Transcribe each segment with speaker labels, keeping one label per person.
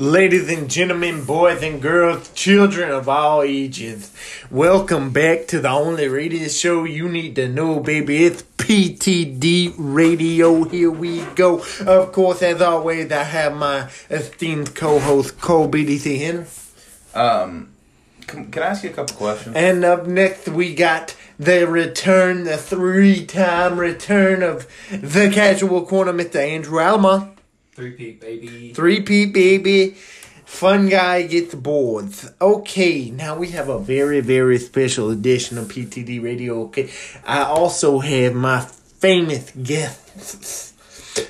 Speaker 1: Ladies and gentlemen, boys and girls, children of all ages, welcome back to the only radio show you need to know, baby. It's PTD Radio. Here we go. Of course, as always, I have my esteemed co host, Cole BDC Henry.
Speaker 2: Um, can, can I ask you a couple questions?
Speaker 1: And up next, we got the return, the three time return of the casual corner, Mr. Andrew Alma.
Speaker 3: Three peat, baby.
Speaker 1: Three P baby. Fun guy gets bored. Okay, now we have a very, very special edition of PTD Radio. Okay, I also have my famous guests.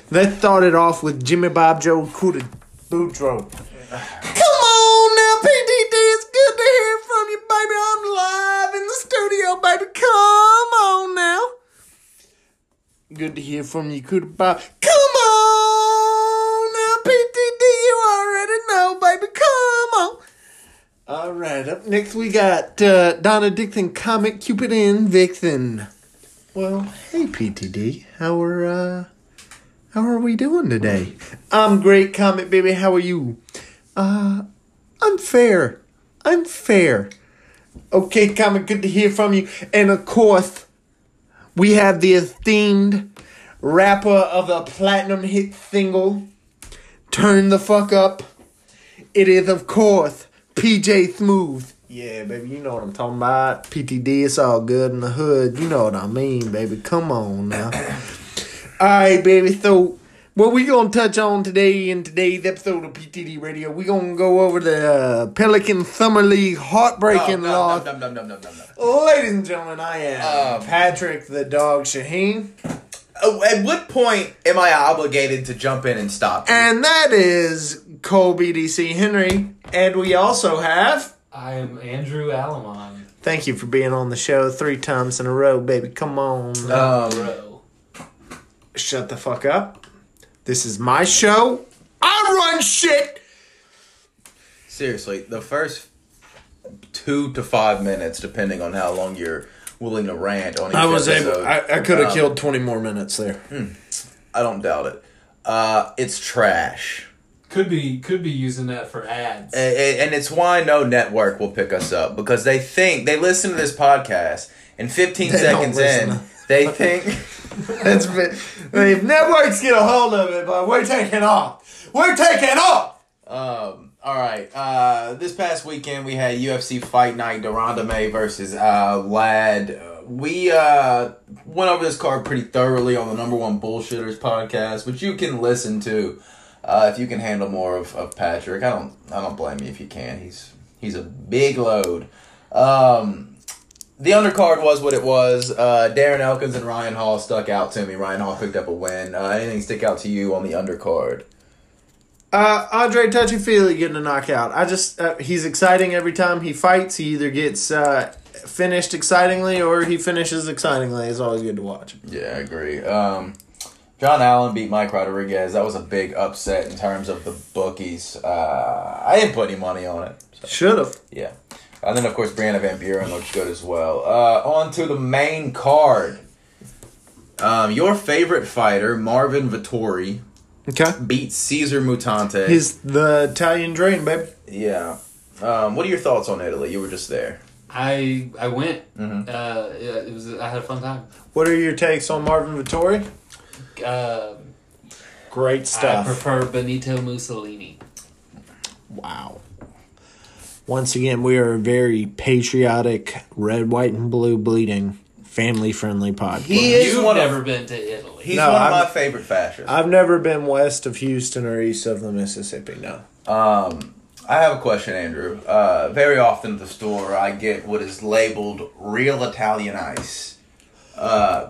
Speaker 1: Let's start it off with Jimmy Bob Joe Cuda Boudreaux. Come on now, PTD, it's good to hear from you, baby. I'm live in the studio, baby. Come on now. Good to hear from you, Cuda Bob. Come on now, PTD, you already know, baby. Come on. All right, up next we got uh, Donna Dixon, Comic Cupid, and Vixen. Well, hey, PTD, how are uh, how are we doing today? I'm great, Comet baby. How are you? Uh, I'm fair. I'm fair. Okay, Comet, good to hear from you. And of course, we have the esteemed rapper of the platinum hit single, Turn the Fuck Up. It is, of course, PJ Smooth. Yeah, baby, you know what I'm talking about. PTD, it's all good in the hood. You know what I mean, baby. Come on now. All right, baby. So, what we gonna touch on today in today's episode of PTD Radio? We gonna go over the uh, Pelican Summer League heartbreaking loss.
Speaker 2: Dum, dum, dum, dum, dum, dum.
Speaker 1: Ladies and gentlemen, I am
Speaker 2: Um,
Speaker 1: Patrick the Dog Shaheen,
Speaker 2: Oh, at what point am I obligated to jump in and stop? you?
Speaker 1: and that is Cole BDC Henry, and we also have.
Speaker 3: I am Andrew Alamon.
Speaker 1: Thank you for being on the show three times in a row, baby. Come on,
Speaker 2: um,
Speaker 3: Bro.
Speaker 1: shut the fuck up. This is my show. I run shit.
Speaker 2: seriously, the first two to five minutes, depending on how long you're willing to rant on each
Speaker 1: I was
Speaker 2: episode.
Speaker 1: able. I, I could have
Speaker 2: um,
Speaker 1: killed twenty more minutes there.
Speaker 2: I don't doubt it. Uh, it's trash.
Speaker 3: Could be could be using that for ads.
Speaker 1: Eh.
Speaker 2: A- a- and it's why no network will pick us up because they think they listen to this podcast and 15
Speaker 1: They don't
Speaker 2: seconds
Speaker 1: listen.
Speaker 2: in they think
Speaker 1: That's been, if networks get a hold of it, but we're taking off. We're taking off.
Speaker 2: um all right uh this past weekend we had ufc fight night Deronda May versus uh lad we uh went over this card pretty thoroughly on the number one bullshitters podcast which you can listen to uh if you can handle more of, of patrick i don't i don't blame you if you can he's he's a big load um the undercard was what it was. Uh, Darren Elkins and Ryan Hall stuck out to me. Ryan Hall picked up a win. Uh, anything stick out to you on the undercard?
Speaker 1: Uh, Andre Touchy Feely getting a knockout. I just uh, he's exciting every time he fights. He either gets uh, finished excitingly or he finishes excitingly. It's always good to watch.
Speaker 2: Yeah, I agree. Um, John Allen beat Mike Rodriguez. That was a big upset in terms of the bookies. Uh, I didn't put any money on it. So,
Speaker 1: Should have.
Speaker 2: yeah. And then, of course, Brianna Van Buren looked good as well. Uh, on to the main card. Um, your favorite fighter, Marvin Vittori,
Speaker 1: Okay.
Speaker 2: beat Caesar Mutante.
Speaker 1: He's the Italian dream, baby.
Speaker 2: yeah. Um, what are your thoughts on Italy? You were just there.
Speaker 3: I I went.
Speaker 2: Mhm.
Speaker 1: Mm-hmm.
Speaker 3: Uh, yeah, it was. I had a fun time.
Speaker 1: What are your takes on Marvin Vittori?
Speaker 3: Uh,
Speaker 1: Great
Speaker 3: I
Speaker 1: stuff.
Speaker 3: prefer Benito Mussolini.
Speaker 1: Wow. Once again, we are a very patriotic, red, white, and blue bleeding, family friendly podcast.
Speaker 2: He is
Speaker 3: You've
Speaker 2: one of-
Speaker 3: never been to Italy.
Speaker 2: He's
Speaker 1: No,
Speaker 2: one of
Speaker 1: I'm-
Speaker 2: my favorite fascists.
Speaker 1: I've never been west of Houston or east of the Mississippi, no.
Speaker 2: Um, I have a question, Andrew. Uh, very often at the store, I get what is labeled real Italian ice. Uh,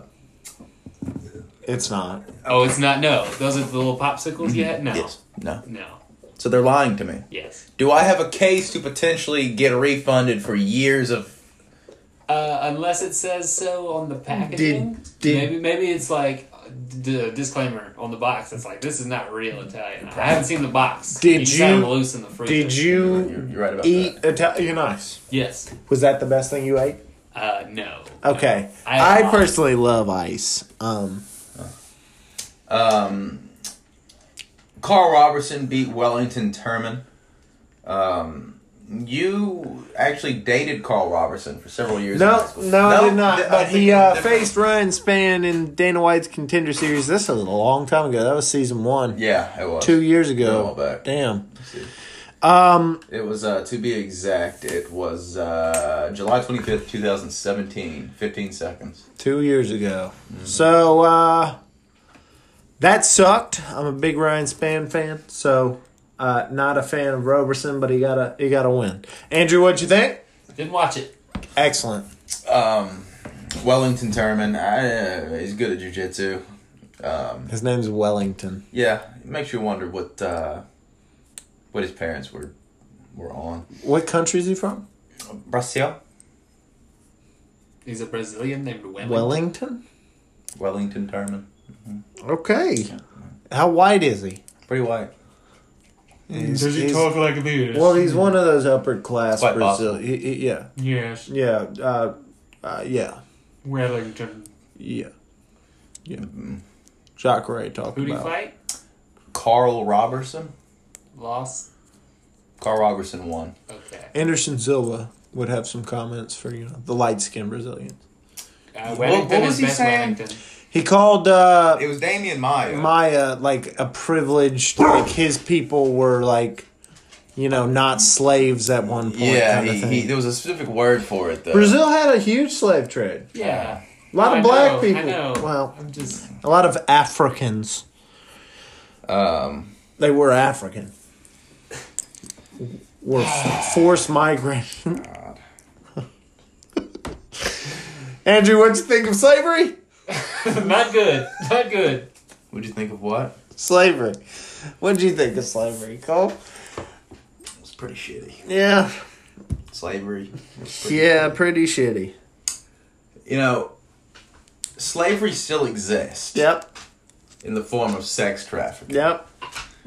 Speaker 1: It's not.
Speaker 3: oh, it's not. No, those are the little popsicles you had. No,
Speaker 1: Mm-hmm.
Speaker 2: No.
Speaker 3: no,
Speaker 2: So they're lying to me.
Speaker 3: yes.
Speaker 2: Do I have a case to potentially get refunded for years of.
Speaker 3: Uh, unless it says so on the packaging.
Speaker 1: did-
Speaker 3: maybe maybe it's like d- disclaimer on the box that's like, this is not real Italian. I haven't seen the box.
Speaker 1: Did
Speaker 3: you? set 'em
Speaker 1: you-
Speaker 3: loose in the freezer.
Speaker 1: Did
Speaker 2: You're,
Speaker 1: you
Speaker 2: you're right about
Speaker 1: eat
Speaker 2: that.
Speaker 1: Italian ice?
Speaker 3: Yes.
Speaker 1: Was that the best thing you ate?
Speaker 3: Uh, no.
Speaker 1: Okay.
Speaker 3: I-
Speaker 1: I, personally love ice. Um,
Speaker 2: Um, Carl Robertson beat Wellington Terman. Um, you actually dated Carl Robertson for several years. in
Speaker 1: no,
Speaker 2: high school.
Speaker 1: no, I did not.
Speaker 2: th- I
Speaker 1: but he
Speaker 2: think
Speaker 1: uh,
Speaker 2: different-
Speaker 1: faced Ryan Span in Dana White's Contender Series. This was a long time ago. That was season one,
Speaker 2: Yeah, it was
Speaker 1: two years
Speaker 2: A while
Speaker 1: ago.
Speaker 2: back.
Speaker 1: Damn.
Speaker 2: It was, uh, to be exact, it was uh, July 25th, 2017. 15 seconds.
Speaker 1: Two years ago.
Speaker 2: Mm-hmm.
Speaker 1: So uh, that sucked. I'm a big Ryan Span fan, so uh, not a fan of Roberson, but he got a he got a win. Andrew, what'd you think?
Speaker 3: Didn't watch it.
Speaker 1: Excellent.
Speaker 2: Um, Wellington Terman, I, uh, he's good at jujitsu. Um,
Speaker 1: His name's Wellington.
Speaker 2: yeah, it makes you wonder what uh, what his parents were were on.
Speaker 1: What country is he from?
Speaker 2: Brazil,
Speaker 3: He's a Brazilian named Wellington.
Speaker 1: Wellington.
Speaker 2: Wellington Terman,
Speaker 1: Okay. How white is he?
Speaker 2: pretty white.
Speaker 1: He's-
Speaker 3: Does he
Speaker 1: he's-
Speaker 3: talk like this?
Speaker 1: Well, he's one of those upper class
Speaker 2: Quite
Speaker 1: Brazil.
Speaker 2: possible.
Speaker 1: he- he- yeah,
Speaker 3: yes.
Speaker 1: yeah, uh, uh, yeah,
Speaker 3: Wellington.
Speaker 1: yeah, yeah. Jacques Ray talked
Speaker 3: Who do you
Speaker 1: about.
Speaker 3: fight?
Speaker 2: Carl Robertson.
Speaker 3: Lost.
Speaker 2: Carl Robertson won.
Speaker 3: Okay.
Speaker 1: Anderson Silva would have some comments for you know the light skinned Brazilians.
Speaker 3: Uh,
Speaker 2: What-
Speaker 3: Wellington
Speaker 2: what was
Speaker 3: is
Speaker 2: he
Speaker 3: best
Speaker 2: saying?
Speaker 3: Wellington.
Speaker 1: He called uh,
Speaker 2: It was Damian Maya.
Speaker 1: Maya like a privileged, like his people were like, you know, not slaves at one point.
Speaker 2: yeah,
Speaker 1: kind of
Speaker 2: he,
Speaker 1: thing.
Speaker 2: he, there was a specific word for it though.
Speaker 1: Brazil had a huge slave trade.
Speaker 3: Yeah.
Speaker 1: A lot
Speaker 3: Uh, Oh, I
Speaker 1: of black
Speaker 3: know,
Speaker 1: people.
Speaker 3: I know.
Speaker 1: Well,
Speaker 3: I'm just.
Speaker 1: a lot of Africans.
Speaker 2: Um,
Speaker 1: They were African. Were f- forced migrant. Andrew, what'd you think of slavery?
Speaker 3: not good. Not good.
Speaker 2: what'd you think of what?
Speaker 1: Slavery. What'd you think of slavery, Cole?
Speaker 2: It was pretty shitty.
Speaker 1: Yeah.
Speaker 2: Slavery. was pretty
Speaker 1: Yeah, pretty shitty.
Speaker 2: you know, slavery still exists
Speaker 1: Yep.
Speaker 2: in the form of sex trafficking.
Speaker 1: Yep.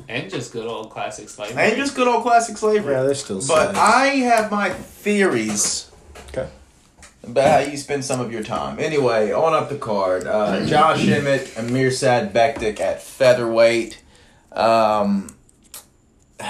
Speaker 3: And just good old classic slavery.
Speaker 2: And just good old classic slavery.
Speaker 1: Yeah, there's still
Speaker 2: but
Speaker 1: slaves.
Speaker 2: I have my theories
Speaker 1: okay.
Speaker 2: about how you spend some of your time. Anyway, on up the card. Uh, Josh Emmett, Amir Sad Bektik at featherweight. Um,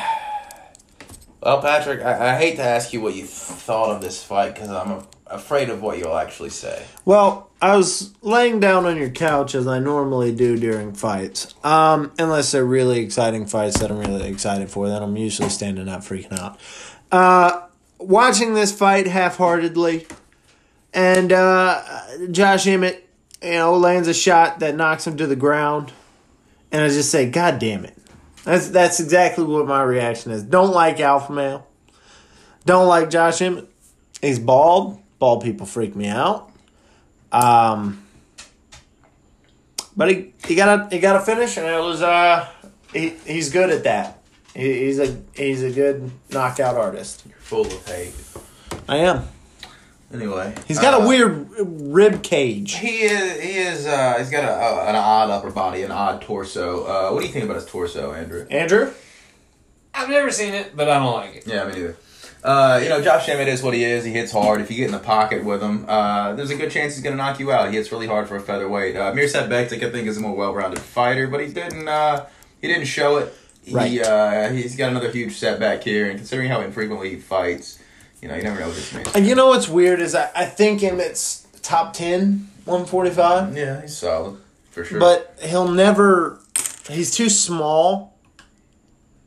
Speaker 2: well, Patrick, I, I hate to ask you what you thought of this fight because I'm a- afraid of what you'll actually say.
Speaker 1: Well, I was laying down on your couch as I normally do during fights. Um, unless they're really exciting fights that I'm really excited for, then I'm usually standing up freaking out. Uh, watching this fight half heartedly, and uh, Josh Emmett, you know, lands a shot that knocks him to the ground, and I just say, God damn it. That's, that's exactly what my reaction is. Don't like Alpha Male. Don't like Josh Emmett. He's bald. Bald people freak me out. Um, but he, he got a he got a finish, and it was uh he, he's good at that. He, he's a he's a good knockout artist.
Speaker 2: You're full of hate.
Speaker 1: I am.
Speaker 2: Anyway,
Speaker 1: He's got
Speaker 2: uh,
Speaker 1: a weird rib cage.
Speaker 2: He is. He is. Uh, he's got a, a, an odd upper body, an odd torso. Uh, what do you think about his torso, Andrew?
Speaker 1: Andrew,
Speaker 3: I've never seen it, but I don't like it.
Speaker 2: Yeah, me neither. Uh, you know, Josh Emmett is what he is. He hits hard. If you get in the pocket with him, uh, there's a good chance he's going to knock you out. He hits really hard for a featherweight. Uh, Mirsad Bektik, I think, is a more well-rounded fighter, but he didn't. Uh, he didn't show it. He,
Speaker 1: Right.
Speaker 2: uh, he's got another huge setback here, and considering how infrequently he fights, you know, you never know what this means.
Speaker 1: and you know what's weird is I, I think Emmett's top 10, 145,
Speaker 2: Yeah, he's solid for sure.
Speaker 1: but he'll never. He's too small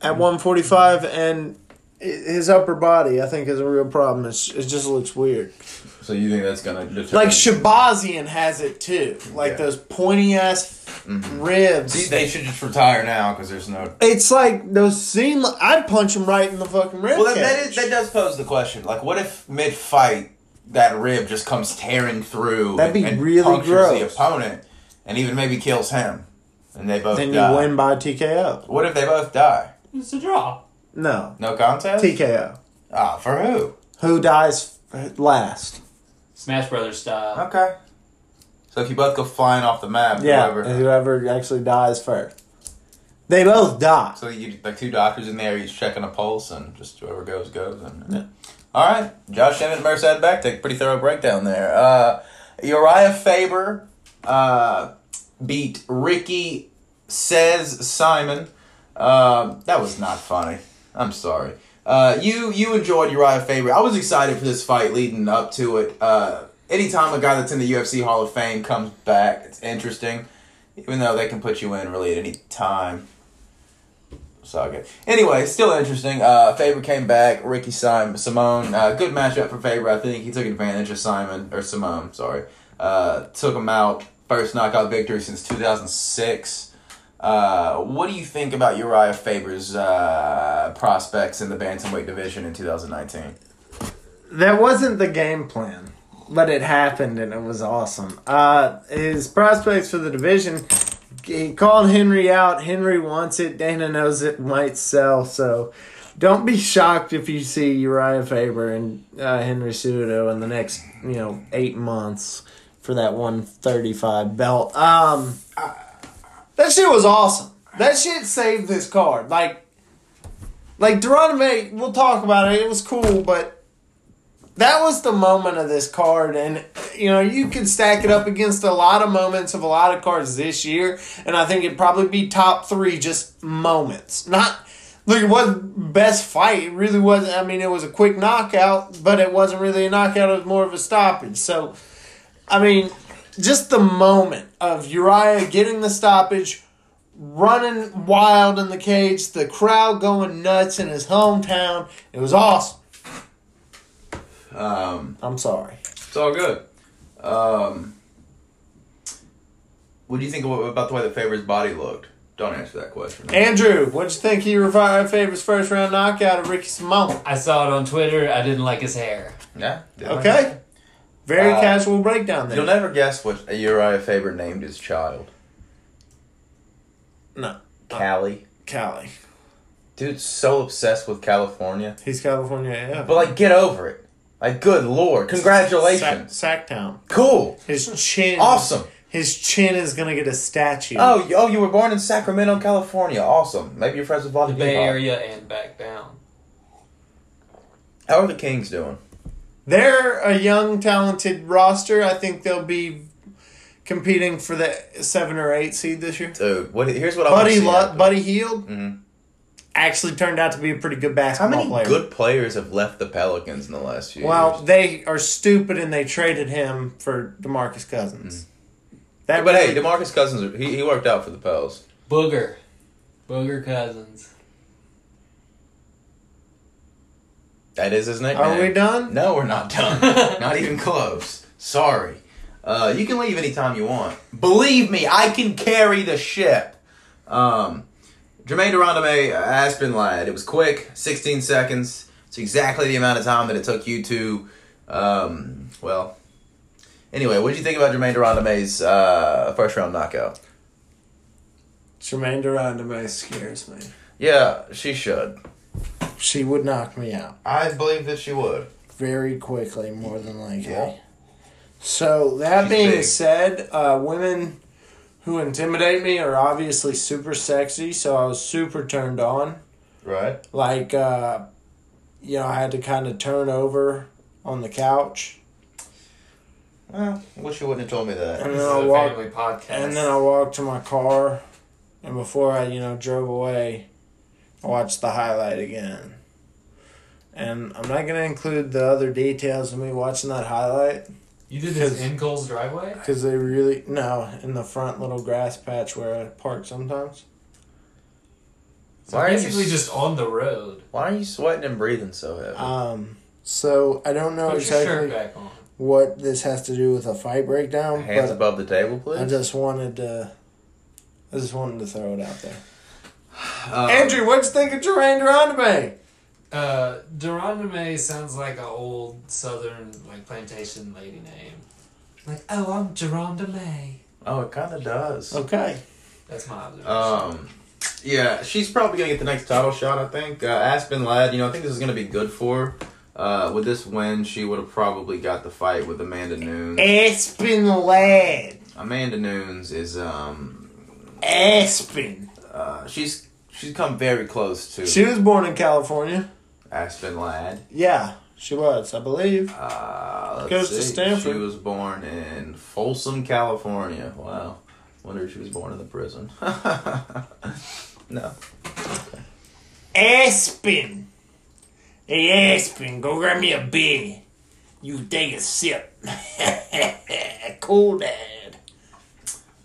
Speaker 1: at one forty five, and hi- his upper body I think is a real problem. It's, it just looks weird.
Speaker 2: so you think that's going to determine?
Speaker 1: Like Shabazian has it too. Like
Speaker 2: Yeah. Mm-hmm.
Speaker 1: those pointy ass
Speaker 2: See,
Speaker 1: ribs.
Speaker 2: they should just retire now because there's no
Speaker 1: It's like those seam. I'd punch him right in the fucking rib.
Speaker 2: Well, that, that,
Speaker 1: cage.
Speaker 2: is, that does pose the question. Like, what if mid fight that rib just comes tearing through?
Speaker 1: That'd be
Speaker 2: and, and
Speaker 1: really
Speaker 2: punctures The
Speaker 1: gross.
Speaker 2: opponent, and even maybe kills him, and they both
Speaker 1: Then
Speaker 2: die.
Speaker 1: you win by TKO.
Speaker 2: What if they both die?
Speaker 3: It's a draw.
Speaker 1: No
Speaker 2: No contest.
Speaker 1: TKO.
Speaker 2: ah, for who?
Speaker 1: Who dies f- last?
Speaker 3: Smash Brothers style.
Speaker 2: Okay. So if you both go flying off the map,
Speaker 1: Yeah,
Speaker 2: whoever.
Speaker 1: and whoever actually dies first. They both die.
Speaker 2: So you like two doctors in there, each checking a pulse, and just whoever goes goes. And all right, Josh Emmett, Merced back take pretty thorough breakdown there. Uh, Uriah Faber uh, beat Ricky Says Simon. Um that was not funny. I'm sorry. Uh, you you enjoyed Uriah Faber. I was excited for this fight leading up to it. Uh, anytime a guy that's in the UFC Hall of Fame comes back, it's interesting. Even though they can put you in really at any time saga. Anyway, still interesting. Uh, Faber came back. Ricky Simon, Simone. Uh, good matchup for Faber. I think he took advantage of Simon or Simone. Sorry, uh, took him out. First knockout victory since two thousand six. Uh, what do you think about Uriah Faber's uh, prospects in the bantamweight division in 2019?
Speaker 1: That wasn't the game plan, but it happened and it was awesome. Uh, his prospects for the division, he called Henry out. Henry wants it. Dana knows it might sell, so don't be shocked if you see Uriah Faber and uh, Henry Cejudo in the next you know eight months for that one thirty five belt. Um, that shit was awesome. That shit saved this card. Like, like Duranime, we'll talk about it. It was cool, but that was the moment of this card and you know you can stack it up against a lot of moments of a lot of cards this year and i think it'd probably be top three just moments not look it wasn't best fight it really wasn't i mean it was a quick knockout but it wasn't really a knockout it was more of a stoppage so i mean just the moment of uriah getting the stoppage running wild in the cage the crowd going nuts in his hometown it was awesome
Speaker 2: Um,
Speaker 1: i'm sorry
Speaker 2: It's all good. Um, what do you think about the way the Faber's body looked? Don't answer that question.
Speaker 1: Andrew, what'd you think of Revire Favor's first round knockout of Ricky Simone?
Speaker 3: I saw it on Twitter. I didn't like his hair.
Speaker 2: Yeah. did I?
Speaker 1: Okay. Very
Speaker 2: Uh,
Speaker 1: casual breakdown there.
Speaker 2: You'll never guess what Uriah Faber named his child.
Speaker 1: no,
Speaker 2: Cali.
Speaker 1: Cali.
Speaker 2: Dude's so obsessed with California.
Speaker 1: He's California AF.
Speaker 2: But like, get over it. Like, good lord, congratulations.
Speaker 1: Sac- Hmm. Sacktown.
Speaker 2: Cool.
Speaker 1: His chin.
Speaker 2: Awesome.
Speaker 1: His chin is going to get a statue.
Speaker 2: Oh, you- oh, you were born in Sacramento, California. Awesome. Maybe you're friends with
Speaker 3: The
Speaker 2: Bobby
Speaker 3: Bay
Speaker 2: Area.
Speaker 3: Area and back down.
Speaker 2: How are the Kings doing?
Speaker 1: They're a young, talented roster. I think they'll be competing for the seven or eight seed this year.
Speaker 2: Dude, what? Here's what Oh, I want to
Speaker 1: Buddy,
Speaker 2: see.
Speaker 1: Lu-
Speaker 2: happen.
Speaker 1: Buddy Heald
Speaker 2: Mhm.
Speaker 1: actually turned out to be a pretty good
Speaker 2: How
Speaker 1: basketball
Speaker 2: many
Speaker 1: player.
Speaker 2: good players have left the Pelicans in the last few
Speaker 1: Well,
Speaker 2: years?
Speaker 1: they are stupid and they traded him for Demarcus Cousins. That
Speaker 2: Mm. But hey,
Speaker 1: really-
Speaker 2: Demarcus Cousins, he, he worked out for the Pels.
Speaker 3: Booger. Booger Cousins.
Speaker 2: That is his nickname.
Speaker 1: are we done?
Speaker 2: No, we're not done. not even close. Sorry. Uh, you can leave anytime you want. Believe me, I can carry the ship. Um, Jermaine Durandame, uh, Aspen Lad. It was quick, 16 seconds. It's exactly the amount of time that it took you to, um, well. Anyway, what did you think about Jermaine Durandame's uh, first round knockout?
Speaker 1: Jermaine Durandame scares me.
Speaker 2: Yeah, she should.
Speaker 1: She would knock me out
Speaker 2: I believe that she would.
Speaker 1: very quickly, more than likely.
Speaker 2: Yeah.
Speaker 1: So that
Speaker 2: She's
Speaker 1: being
Speaker 2: big.
Speaker 1: said, uh, women who intimidate me are obviously super sexy. So I was super turned on.
Speaker 2: Right?
Speaker 1: Like, uh, you know, I had to kind of turn over on the couch,
Speaker 2: Well, wish you wouldn't have told me that.
Speaker 1: and
Speaker 3: This
Speaker 1: then
Speaker 3: is
Speaker 1: I
Speaker 3: a
Speaker 1: walked
Speaker 3: family podcast.
Speaker 1: And then I walked to my car, and before I, you know, drove away, I watched the highlight again. And I'm not going to include the other details of me watching that highlight
Speaker 3: you did this in Cole's driveway?
Speaker 1: because they really, no, in the front little grass patch where I park sometimes.
Speaker 3: So
Speaker 2: Why are you
Speaker 3: basically
Speaker 2: s-
Speaker 3: just on the road.
Speaker 2: Why are you sweating and breathing so heavy?
Speaker 1: Um, so I don't know
Speaker 3: Put your shirt
Speaker 1: Oh, exactly
Speaker 3: back on.
Speaker 1: what this has to do with a fight breakdown,
Speaker 2: Hands
Speaker 1: but
Speaker 2: above the table, please.
Speaker 1: I just wanted to. I just wanted to throw it out there.
Speaker 2: Uh,
Speaker 1: Andrew, what'd you think of Jermaine Durandame?
Speaker 3: Uh, Durandame sounds like an old southern like plantation lady name. Like, oh, I'm Durandame.
Speaker 2: Oh, it kind of does.
Speaker 1: Okay.
Speaker 3: That's my observation.
Speaker 1: Oh.
Speaker 2: Um, yeah, she's probably gonna get the next title shot. I think uh, Aspen Ladd. You know, I think this is gonna be good for. her. Uh, with this win, she would have probably got the fight with Amanda Nunes.
Speaker 1: Aspen Lad.
Speaker 2: Amanda Nunes is um
Speaker 1: Aspen.
Speaker 2: uh she's she's come very close to
Speaker 1: She was born in California.
Speaker 2: Aspen Ladd.
Speaker 1: Yeah, she was, I believe.
Speaker 2: Uh, let's
Speaker 1: Goes to
Speaker 2: see.
Speaker 1: Stanford.
Speaker 2: She was born in Folsom, California. Wow. Wonder if she was born in the prison. no.
Speaker 1: Aspen. Hey, Aspen, go grab me a beer. You take a sip. cool dad.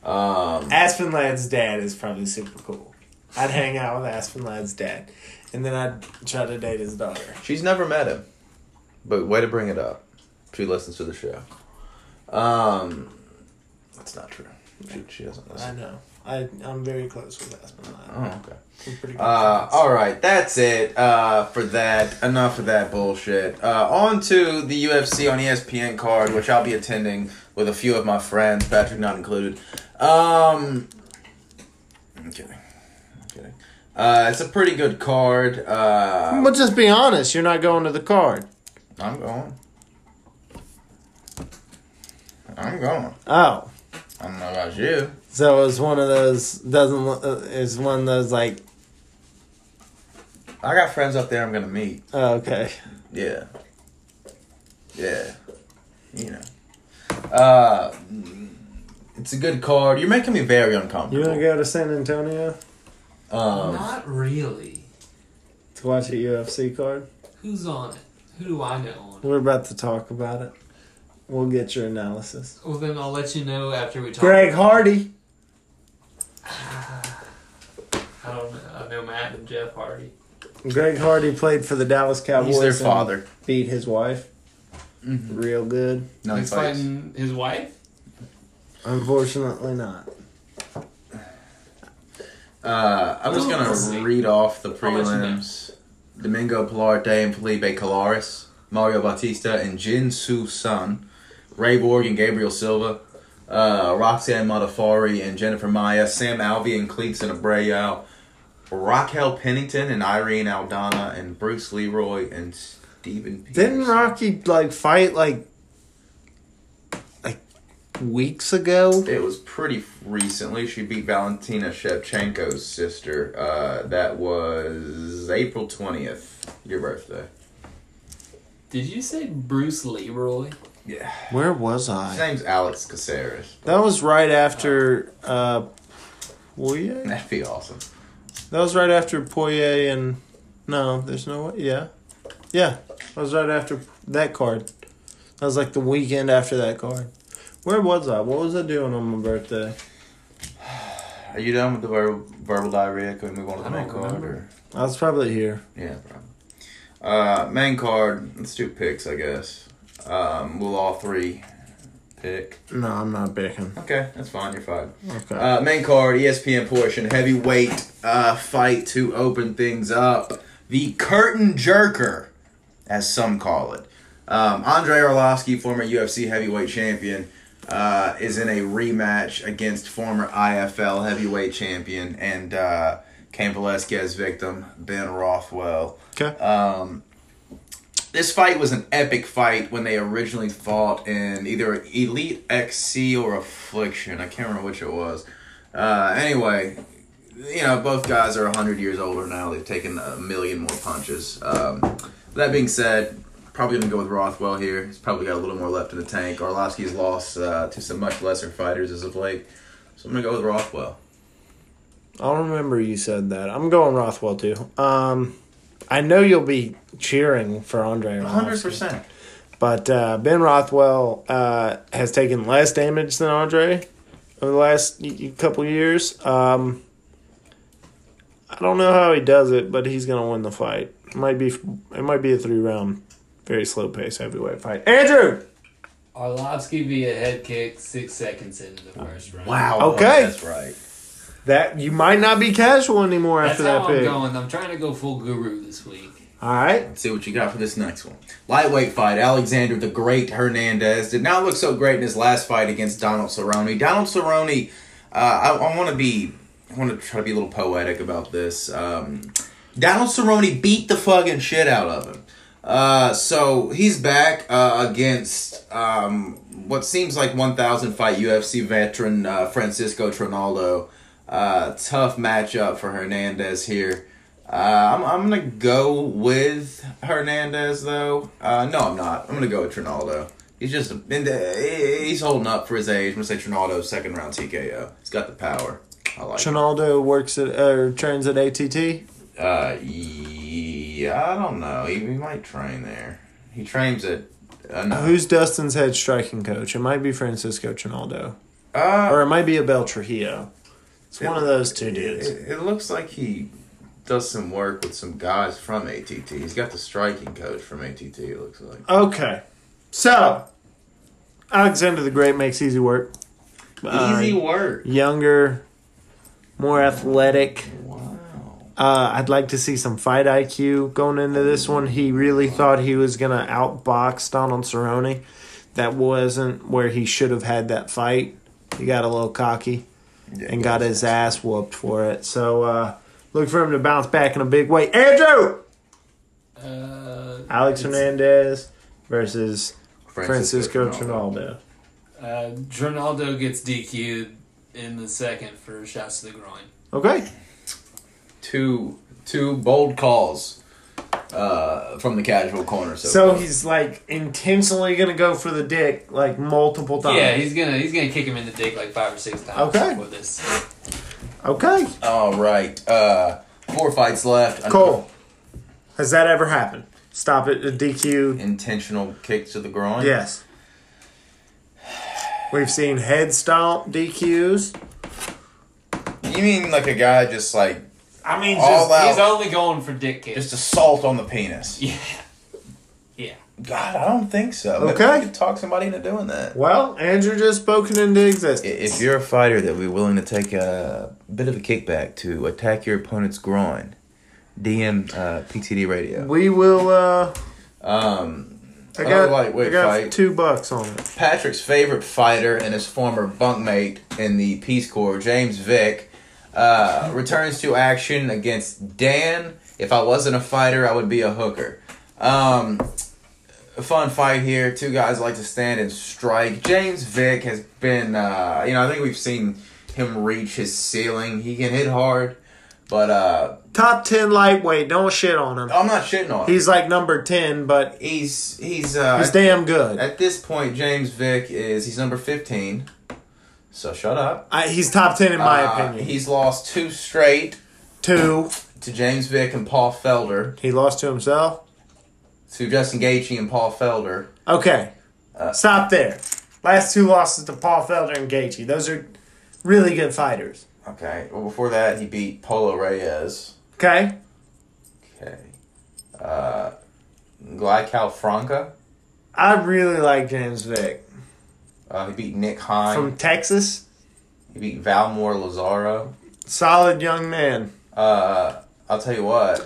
Speaker 2: Um,
Speaker 1: Aspen Lad's dad is probably super cool. I'd hang out with Aspen Lad's dad. And then I'd try to date his daughter.
Speaker 2: she's never met him, but way to bring it up. She listens to the show. Um, that's not true. She, she doesn't
Speaker 1: I
Speaker 2: listen.
Speaker 1: know. I, I'm very close with Aspen Lad.
Speaker 2: Oh, okay.
Speaker 1: We're pretty good
Speaker 2: Uh,
Speaker 1: friends.
Speaker 2: all right, that's it uh, for that. Enough of that bullshit. Uh, on to the UFC on E ESPN card, which I'll be attending with a few of my friends, Patrick not included. Um, I'm kidding. I'm kidding. Uh, it's a pretty good card. Uh,
Speaker 1: But just be honest, you're not going to the card.
Speaker 2: I'm going. I'm going.
Speaker 1: Oh.
Speaker 2: I don't know about you.
Speaker 1: So it's one of those, doesn't, look- uh, it's one of those like,
Speaker 2: I got friends up there I'm gonna meet.
Speaker 1: oh, okay.
Speaker 2: Yeah. Yeah. You know. Uh it's a good card. You're making me very
Speaker 1: You
Speaker 2: uncomfortable.
Speaker 1: want to go to San Antonio
Speaker 2: um
Speaker 3: Not really.
Speaker 1: to watch a UFC card?
Speaker 3: Who's on it? Who do I know on it?
Speaker 1: We're about to talk about it. We'll get your analysis.
Speaker 3: Well, then I'll let you know after we talk.
Speaker 1: Greg Hardy.
Speaker 3: I don't know. I know Matt and Jeff Hardy.
Speaker 1: Greg Hardy played for the Dallas Cowboys.
Speaker 2: he's their
Speaker 1: and
Speaker 2: father.
Speaker 1: beat his wife. Real good.
Speaker 2: No, he
Speaker 3: He's
Speaker 2: fights.
Speaker 3: fighting his wife?
Speaker 1: Unfortunately, not.
Speaker 2: Uh I'm just
Speaker 3: We'll see.
Speaker 2: gonna read off the
Speaker 3: I'll let you know.
Speaker 2: prelims. Domingo Pilarte and Felipe Colares, Mario Batista and Jin Su Sun, Ray Borg and Gabriel Silva, uh, Roxanne Modafari and Jennifer Maya, Sam Alvey and Cleetson Abreu, Raquel Pennington and Irene Aldana, and Bruce Leroy and Stephen Pierce.
Speaker 1: Didn't Rocky like fight like like weeks ago?
Speaker 2: It was pretty recently. She beat Valentina Shevchenko's sister. Uh, that was April 20th, your birthday.
Speaker 3: Did you say Bruce Leroy?
Speaker 2: Yeah.
Speaker 1: Where was
Speaker 2: His
Speaker 1: I?
Speaker 2: name's Alex Caceres.
Speaker 1: That was right after uh Poirier.
Speaker 2: That'd be awesome.
Speaker 1: That was right after Poirier and no, there's no way. Yeah, yeah. That was right after that card. That was like the weekend after that card. Where was I? What was I doing on my birthday?
Speaker 2: Are you done with the verbal, verbal diarrhea? Can we move on to the
Speaker 3: I
Speaker 2: main
Speaker 3: don't
Speaker 2: card?
Speaker 3: remember.
Speaker 2: Or?
Speaker 1: I was probably here.
Speaker 2: Yeah, probably. Uh, main card. Let's do picks, I guess. Um, we'll all three pick.
Speaker 1: No, I'm not picking.
Speaker 2: Okay, that's fine. You're fine.
Speaker 1: Okay.
Speaker 2: Uh, main card, ESPN portion, heavyweight uh, fight to open things up. The curtain jerker, as some call it. Um, Andre Orlovsky, former UFC heavyweight champion, uh, is in a rematch against former IFL heavyweight champion and uh, Cain Velasquez victim Ben Rothwell.
Speaker 1: okay.
Speaker 2: Um, this fight was an epic fight when they originally fought in either Elite XC or Affliction. I can't remember which it was. Uh, anyway, you know, both guys are 100 years older now. They've taken a million more punches. Um, that being said, probably going to go with Rothwell here. He's probably got a little more left in the tank. Arlovsky's lost uh, to some much lesser fighters as of late. So I'm going to go with Rothwell.
Speaker 1: I don't remember you said that. I'm going Rothwell too. Um, I know you'll be cheering for Andre. Arlovsky.
Speaker 2: 100%.
Speaker 1: But uh, Ben Rothwell uh, has taken less damage than Andre over the last y- y- couple years. Um, I don't know how he does it, but he's gonna win the fight. It might be it might be a three round, very slow pace heavyweight fight. Andrew,
Speaker 3: Arlovsky via head kick six seconds into the first round.
Speaker 2: Wow.
Speaker 1: Okay.
Speaker 2: That's right.
Speaker 1: that you might not be casual anymore
Speaker 3: That's
Speaker 1: after
Speaker 3: how
Speaker 1: that
Speaker 3: I'm
Speaker 1: pick.
Speaker 3: going. I'm trying to go full guru this week.
Speaker 1: All right,
Speaker 2: Let's see what you got for this next one. Lightweight fight. Alexander the Great Hernandez did not look so great in his last fight against Donald Cerrone. Donald Cerrone, uh, I, I want to be, I want to try to be a little poetic about this. Um, Donald Cerrone beat the fucking shit out of him. Uh, so he's back uh, against um, what seems like 1,000 fight UFC veteran uh, Francisco Trinaldo. Uh, tough matchup for Hernandez here. Uh, I'm, I'm gonna go with Hernandez though. Uh, no, I'm not. I'm gonna go with Trinaldo. He's just and, uh, he- he's holding up for his age. I'm gonna say Trinaldo second round TKO. He's got the power. I like. it.
Speaker 1: Trinaldo works at or trains at ATT.
Speaker 2: Uh, yeah, I don't know. He, he might train there. He trains at. Uh, no.
Speaker 1: Who's Dustin's head striking coach? It might be Francisco Trinaldo,
Speaker 2: Uh,
Speaker 1: or it might be Abel Trujillo. It's one of those two dudes.
Speaker 2: It, it looks like he does some work with some guys from ATT. He's got the striking coach from ATT. It looks like.
Speaker 1: Okay, so Alexander the Great makes easy work.
Speaker 2: Easy
Speaker 1: Uh,
Speaker 2: work.
Speaker 1: younger, more athletic.
Speaker 2: Wow.
Speaker 1: Uh, I'd like to see some fight IQ going into this one. He really thought he was going to outbox Donald Cerrone. That wasn't where he should have had that fight. He got a little cocky and got his ass whooped for it. So uh, look for him to bounce back in a big way. Andrew!
Speaker 3: Uh,
Speaker 1: Alex
Speaker 3: it's-
Speaker 1: Hernandez versus Francisco Trinaldo.
Speaker 3: Uh, Ronaldo gets DQ'd in the second for shots to the groin.
Speaker 1: Okay.
Speaker 2: Two two bold calls uh, from the casual corner. So,
Speaker 1: So he's like intentionally going to go for the dick like multiple times.
Speaker 3: Yeah, he's gonna he's gonna kick him in the dick like five or six times
Speaker 1: Okay.
Speaker 3: before this.
Speaker 1: okay.
Speaker 2: all right. Uh, four fights left.
Speaker 1: Cole, has that ever happened? Stop it, the DQ.
Speaker 2: Intentional kick to the groin.
Speaker 1: Yes. We've seen head stomp DQs.
Speaker 2: You mean like a guy just like
Speaker 1: I mean,
Speaker 2: All
Speaker 1: just
Speaker 2: that- Wow.
Speaker 3: He's only going for dick kicks.
Speaker 2: just assault on the penis?
Speaker 3: yeah, yeah.
Speaker 2: God, I don't think so. Maybe
Speaker 1: Okay.
Speaker 2: we could talk somebody into doing that.
Speaker 1: well, Andrew just spoken into
Speaker 2: I-
Speaker 1: existence.
Speaker 2: If you're a fighter that would be willing to take a bit of a kickback to attack your opponent's groin, DM uh, PTD Radio.
Speaker 1: We will. uh
Speaker 2: Um,
Speaker 1: I
Speaker 2: Another
Speaker 1: got,
Speaker 2: lightweight
Speaker 1: I got
Speaker 2: fight.
Speaker 1: two bucks on it.
Speaker 2: Patrick's favorite fighter and his former bunkmate in the Peace Corps, James Vick, uh, returns to action against Dan. If I wasn't a fighter, I would be a hooker. Um, a fun fight here. Two guys like to stand and strike. James Vick has been, uh, you know, I think we've seen him reach his ceiling. He can hit hard, but uh,
Speaker 1: Top 10 lightweight. Don't shit on him.
Speaker 2: I'm not shitting on him.
Speaker 1: He's like number 10, but
Speaker 2: He's he's uh,
Speaker 1: he's damn good.
Speaker 2: at this point. James Vick is he's number 15. So shut up.
Speaker 1: I, he's top 10 in my
Speaker 2: Uh,
Speaker 1: opinion.
Speaker 2: He's lost two straight
Speaker 1: two.
Speaker 2: to James Vick and Paul Felder,
Speaker 1: He lost to himself.
Speaker 2: to Justin Gaethje and Paul Felder.
Speaker 1: Okay. Stop there. Last two losses to Paul Felder and Gaethje. Those are really good fighters.
Speaker 2: Okay. Well, before that, he beat Polo Reyes.
Speaker 1: Okay?
Speaker 2: Okay. Uh, Glycal Franca.
Speaker 1: I really like James Vick.
Speaker 2: Uh, he beat Nick Hine.
Speaker 1: From Texas.
Speaker 2: he beat Valmore Lazaro.
Speaker 1: Solid young man.
Speaker 2: Uh, I'll tell you what.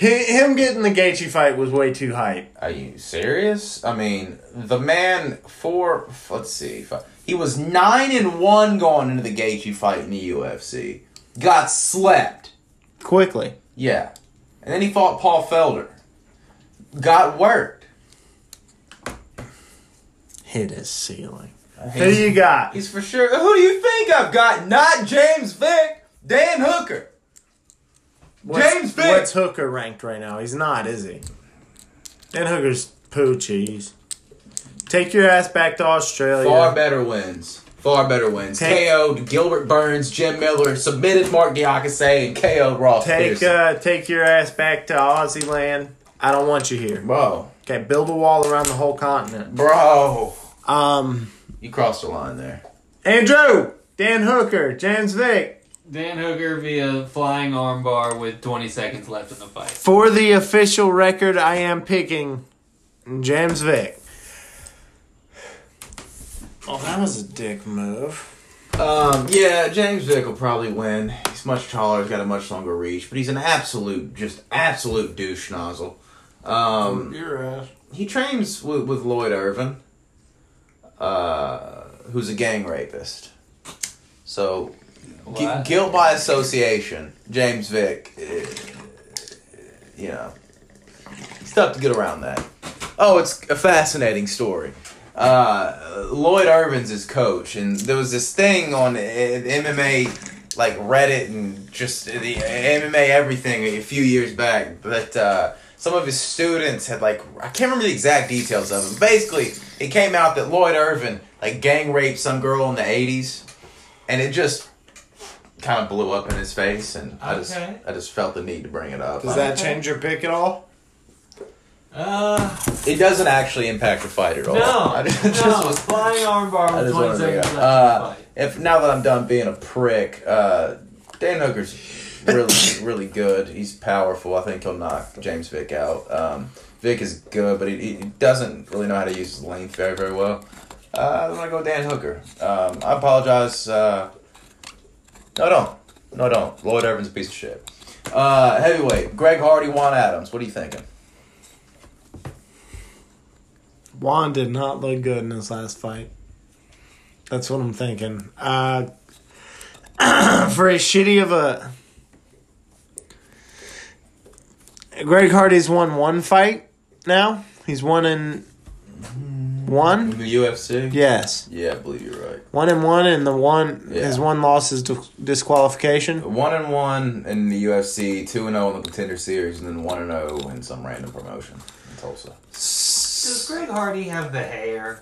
Speaker 1: Hi- Him getting the Gaethje fight was way too hype.
Speaker 2: Are you serious? I mean, the man four. Let's see. Five, he was nine and one going into the Gaethje fight in the UFC. Got slept.
Speaker 1: Quickly.
Speaker 2: Yeah. And then he fought Paul Felder. Got worked.
Speaker 1: Hit his ceiling. Who
Speaker 2: He's,
Speaker 1: you got?
Speaker 2: he's for sure. Who do you think I've got? Not James Vick. Dan Hooker.
Speaker 1: What's-
Speaker 2: James Vick!
Speaker 1: What's Hooker ranked right now? He's not, is he? Dan Hooker's poo cheese. Take your ass back to Australia.
Speaker 2: Far better wins. Far better wins.
Speaker 1: Take-
Speaker 2: KO'd Gilbert Burns, Jim Miller, submitted Mark Diakase, and KO'd Ross
Speaker 1: Take
Speaker 2: Pearson.
Speaker 1: uh, take your ass back to Aussie land. I don't want you here.
Speaker 2: bro,
Speaker 1: Okay, build a wall around the whole continent.
Speaker 2: bro,
Speaker 1: Um,
Speaker 2: you crossed the line there.
Speaker 1: Andrew, Dan Hooker, James Vick
Speaker 3: Dan Hooker via flying armbar with 20 seconds left in the fight.
Speaker 1: for the official record. I am picking James Vick. Oh, that was a dick move.
Speaker 2: Um, yeah, James Vick will probably win. He's much taller. He's got a much longer reach, but he's an absolute, just absolute douche nozzle. Um,
Speaker 1: Your ass.
Speaker 2: he trains with, with Lloyd Irvin, uh, who's a gang rapist. So, gu-
Speaker 3: What?
Speaker 2: guilt by uh, association, James Vick, eh, you know, he's stuff to get around that. Oh, it's a fascinating story. Uh, Lloyd Irvin's his coach, and there was this thing on uh, MMA, like Reddit and just the MMA everything a few years back. But uh, some of his students had like I can't remember the exact details of it. Basically, it came out that Lloyd Irvin like gang raped some girl in the '80s, and it just kind of blew up in his face. And I just
Speaker 3: Okay.
Speaker 2: I just felt the need to bring it up.
Speaker 1: Does
Speaker 2: I-
Speaker 1: that change your pick at all?
Speaker 3: Uh,
Speaker 2: It doesn't actually impact the fight at all.
Speaker 3: no,
Speaker 2: Oh, I just just
Speaker 3: no,
Speaker 2: was-
Speaker 3: flying
Speaker 2: I
Speaker 3: armbar with
Speaker 2: just wanted
Speaker 3: 20
Speaker 2: to bring it up.
Speaker 3: seconds left
Speaker 2: Uh,
Speaker 3: to fight.
Speaker 2: if now that I'm done being a prick, uh, Dan Hooker's really, really good. He's powerful. I think he'll knock James Vick out. Um, Vick is good, but he, he doesn't really know how to use his length very, very well. Uh, I'm gonna go with Dan Hooker. Um, I apologize. Uh, no, don't. No, don't. Lloyd Irvin's a piece of shit. Uh, heavyweight, Greg Hardy, Juan Adams. What are you thinking?
Speaker 1: Juan did not look good in his last fight. That's what I'm thinking. Uh, for as shitty of a. Greg Hardy's won one fight now. He's won in one.
Speaker 2: The UFC.
Speaker 1: Yes,
Speaker 2: Yeah, I believe you're right.
Speaker 1: one and one, and the one
Speaker 2: Yeah.
Speaker 1: his one loss is dis- disqualification.
Speaker 2: One and one in the UFC, two and zero in the Contender Series, and then one and zero in some random promotion in Tulsa.
Speaker 3: Does Greg Hardy have the hair?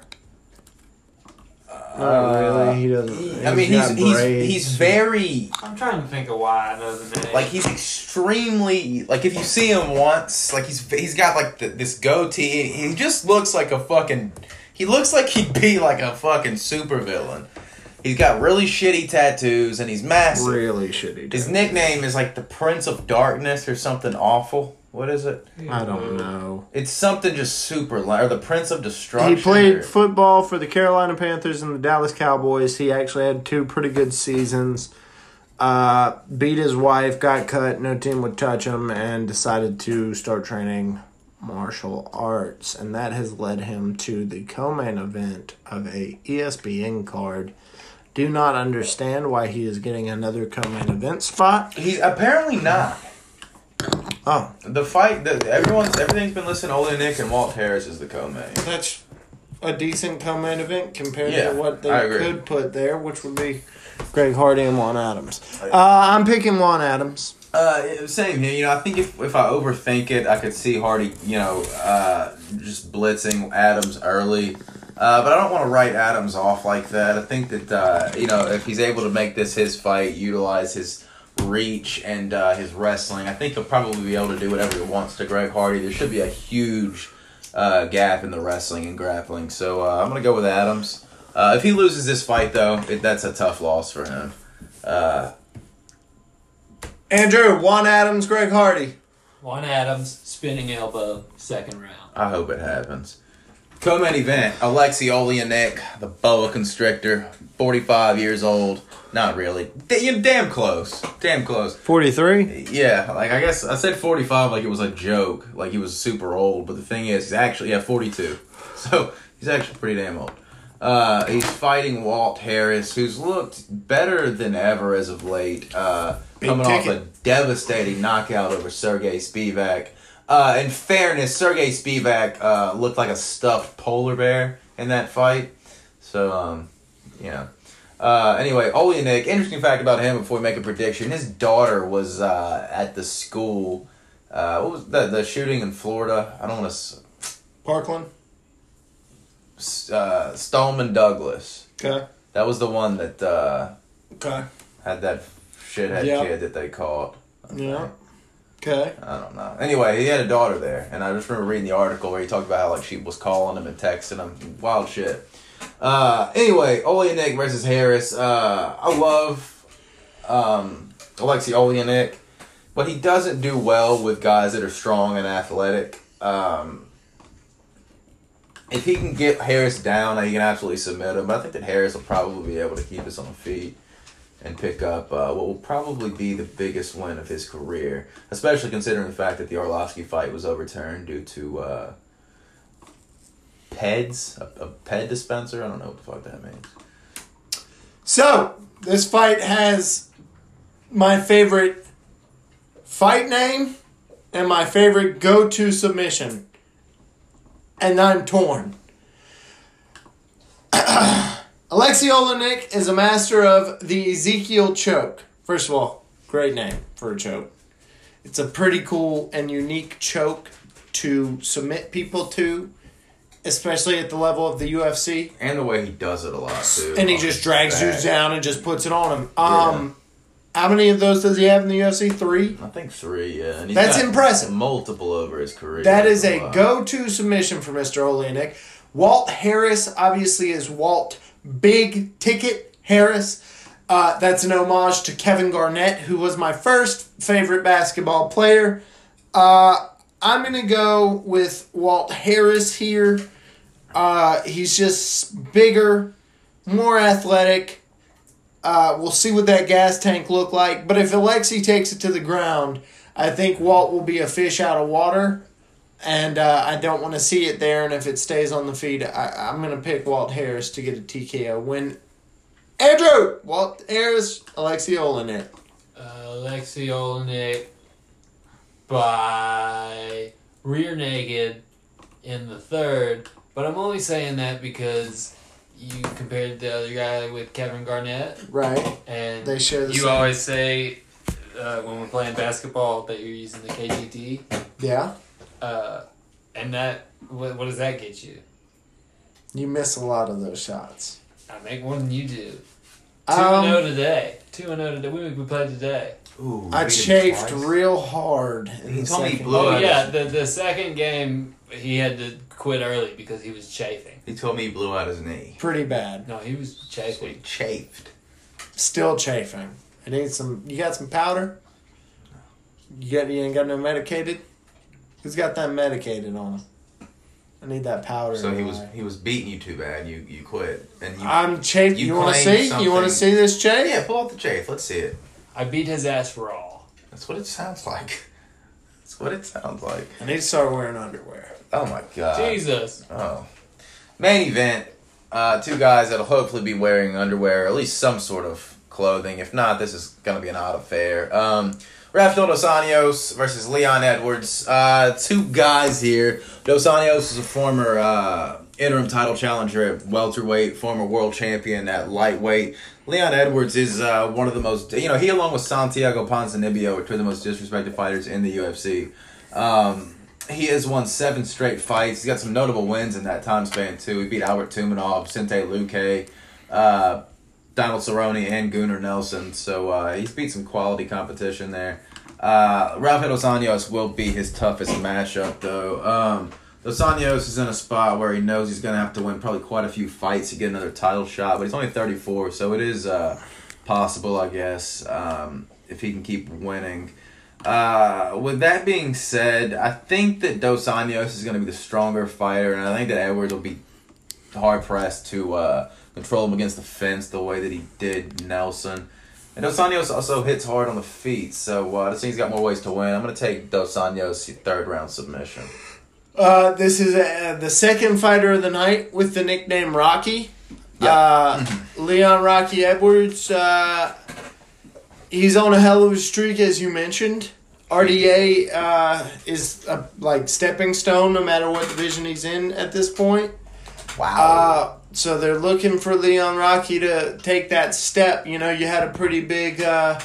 Speaker 1: Not really. He doesn't.
Speaker 2: Uh, I mean, he's
Speaker 1: got
Speaker 2: he's
Speaker 1: braids.
Speaker 2: he's very
Speaker 3: I'm trying to think of why I know the name.
Speaker 2: like he's extremely like if you see him once, like he's he's got like the, this goatee. He just looks like a fucking. He looks like he'd be like a fucking supervillain. He's got really shitty tattoos and he's massive.
Speaker 1: really shitty.
Speaker 2: His
Speaker 1: dude.
Speaker 2: nickname is like the Prince of Darkness or something awful. What is it?
Speaker 1: I don't
Speaker 3: Uh,
Speaker 1: know.
Speaker 2: It's something just super loud. Or the Prince of Destruction.
Speaker 1: He
Speaker 2: or-
Speaker 1: played football for the Carolina Panthers and the Dallas Cowboys. He actually had two pretty good seasons. Uh, beat his wife, got cut, no team would touch him, and decided to start training martial arts. And that has led him to the co main event of a E ESPN card. Do not understand why he is getting another co main event spot.
Speaker 2: He's apparently not.
Speaker 1: Oh,
Speaker 2: The fight. The, everyone's everything's been listed. Ole Nick and Walt Harris is the co-main.
Speaker 1: that's a decent co main event compared
Speaker 2: Yeah,
Speaker 1: to what
Speaker 2: I
Speaker 1: they
Speaker 2: agree.
Speaker 1: could put there, which would be Greg Hardy and Juan Adams. Uh, I'm picking Juan Adams.
Speaker 2: Uh, same here. You know, I think if if I overthink it, I could see Hardy. You know, uh, just blitzing Adams early. Uh, but I don't want to write Adams off like that. I think that uh, you know if he's able to make this his fight, utilize his reach and uh, his wrestling, I think he'll probably be able to do whatever he wants to Greg Hardy. There should be a huge uh, gap in the wrestling and grappling, so uh, I'm gonna go with Adams. Uh, if he loses this fight, though, it, that's a tough loss for him. Uh,
Speaker 1: Andrew, Juan Adams, Greg Hardy.
Speaker 3: Juan Adams, spinning elbow, second round.
Speaker 2: I hope it happens. Co-main event: Alexi Oleanek, the boa constrictor, forty-five years old. Not really. D- you're damn close. Damn close.
Speaker 1: 43?
Speaker 2: Yeah, like I guess I said forty-five, like it was a joke, like he was super old. But the thing is, he's actually yeah forty-two. So he's actually pretty damn old. Uh, he's fighting Walt Harris, who's looked better than ever as of late. Uh,
Speaker 1: Big
Speaker 2: coming off
Speaker 1: ticket.
Speaker 2: a devastating knockout over Sergey Spivak. Uh, in fairness, Sergey Spivak uh, looked like a stuffed polar bear in that fight. So, um, you know. Uh, anyway, Oleanik, interesting fact about him before we make a prediction. His daughter was uh, at the school. Uh, what was the, the shooting in Florida? I don't want to.
Speaker 1: Parkland?
Speaker 2: Uh, Stoneman Douglas.
Speaker 1: Okay.
Speaker 2: That was the one that uh,
Speaker 1: Okay.
Speaker 2: had that shithead
Speaker 1: Yeah.
Speaker 2: kid that they caught.
Speaker 1: Yeah. Okay.
Speaker 2: I don't know. Anyway, he had a daughter there, and I just remember reading the article where he talked about how like she was calling him and texting him, wild shit. Uh, anyway, Oleanik versus Harris. Uh, I love um, Alexi Oleanik, but he doesn't do well with guys that are strong and athletic. Um, if he can get Harris down, he can absolutely submit him. But I think that Harris will probably be able to keep us on the feet and pick up uh, what will probably be the biggest win of his career, especially considering the fact that the Orlovsky fight was overturned due to uh, PEDs, a, a PED dispenser. I don't know what the fuck that means.
Speaker 1: So, this fight has my favorite fight name and my favorite go to submission. and I'm torn. Alexi Olenek is a master of the Ezekiel choke. First of all, great name for a choke. It's a pretty cool and unique choke to submit people to, especially at the level of the UFC.
Speaker 2: And the way he does it a lot too.
Speaker 1: And he just drags you down and just puts it on him. Um, How many of those does he have in the UFC? Three?
Speaker 2: I think three. Yeah, and he's
Speaker 1: That's
Speaker 2: got
Speaker 1: impressive.
Speaker 2: Multiple over his career.
Speaker 1: That is a
Speaker 2: Wow.
Speaker 1: go to submission for Mr. Olenek. Walt Harris, obviously, is Walt Big Ticket Harris. Uh, that's an homage to Kevin Garnett, who was my first favorite basketball player. Uh, I'm going to go with Walt Harris here. Uh, he's just bigger, more athletic. Uh, we'll see what that gas tank look like. But if Alexi takes it to the ground, I think Walt will be a fish out of water and uh, I don't want to see it there. And if it stays on the feed, I, I'm going to pick Walt Harris to get a TKO win. Andrew! Walt Harris, Alexi Olenek.
Speaker 3: Alexi Olenek by rear naked in the third, but I'm only saying that because you compared the other guy with Kevin Garnett,
Speaker 1: Right.
Speaker 3: and
Speaker 1: They share the
Speaker 3: you
Speaker 1: same-
Speaker 3: always say uh, when we're playing basketball that you're using the KGT,
Speaker 1: Yeah.
Speaker 3: uh, and that what, what does that get you?
Speaker 1: You miss a lot of those shots.
Speaker 3: I make more than you do. Two and zero
Speaker 1: Um,
Speaker 3: today. Two and zero today. We we played today.
Speaker 2: Ooh,
Speaker 1: I
Speaker 2: we did
Speaker 1: chafed
Speaker 2: twice.
Speaker 1: real hard. In
Speaker 2: He
Speaker 1: the
Speaker 2: told me he
Speaker 1: second
Speaker 2: blew
Speaker 1: game.
Speaker 2: it.
Speaker 3: Oh
Speaker 2: Blood.
Speaker 3: yeah, the the second game he had to quit early because he was chafing.
Speaker 2: He told me he blew out his knee.
Speaker 1: Pretty bad.
Speaker 3: No, he was
Speaker 2: So he
Speaker 3: chafing.
Speaker 2: chafed.
Speaker 1: Still chafing. I need some. You got some powder? You got? You ain't got no medicated. Who's got that medicated on him? I need that powder.
Speaker 2: So
Speaker 1: in
Speaker 2: he
Speaker 1: my
Speaker 2: was
Speaker 1: eye.
Speaker 2: he was beating you too bad. You you quit and you.
Speaker 1: I'm Chafe. You,
Speaker 2: You
Speaker 1: want to
Speaker 2: claim
Speaker 1: see? You want to
Speaker 2: something.
Speaker 1: see this Chafe?
Speaker 2: yeah, pull out the chafe. Let's see it.
Speaker 3: I beat his ass raw.
Speaker 2: That's what it sounds like. That's what it sounds like.
Speaker 1: I need to start wearing underwear.
Speaker 2: Oh my god.
Speaker 3: Jesus.
Speaker 2: Oh. Main event. Uh, two guys that'll hopefully be wearing underwear, at least some sort of clothing. If not, this is going to be an odd affair. Um, Rafael Dos Anjos versus Leon Edwards. Uh, two guys here. Dos Anjos is a former uh, interim title challenger at welterweight, former world champion at lightweight. Leon Edwards is uh, one of the most, you know, he along with Santiago Ponzinibbio are two of the most disrespected fighters in the UFC. Um, he has won seven straight fights. He's got some notable wins in that time span too. He beat Albert Tumanov, Sente Luque, uh, Donald Cerrone, and Gunnar Nelson. So uh, he's beat some quality competition there. Uh, Rafael Dos Anjos will be his toughest matchup though. Um, Dos Anjos is in a spot where he knows he's going to have to win probably quite a few fights to get another title shot, but he's only 34, so it is uh, possible, I guess, um, if he can keep winning. Uh, with that being said, I think that Dos Anjos is going to be the stronger fighter, and I think that Edwards will be hard pressed to uh, control him against the fence the way that he did Nelson. And Dos Anjos also hits hard on the feet, so uh, this thing's got more ways to win. I'm going to take Dos Anjos third round submission.
Speaker 1: Uh, this is uh, the second fighter of the night with the nickname Rocky. Uh, Leon Rocky Edwards. Uh, he's on a hell of a streak, as you mentioned. RDA uh, is a like stepping stone, no matter what division he's in at this point.
Speaker 2: Wow.
Speaker 1: Uh, so they're looking for Leon Rocky to take that step. You know, you had a pretty big uh,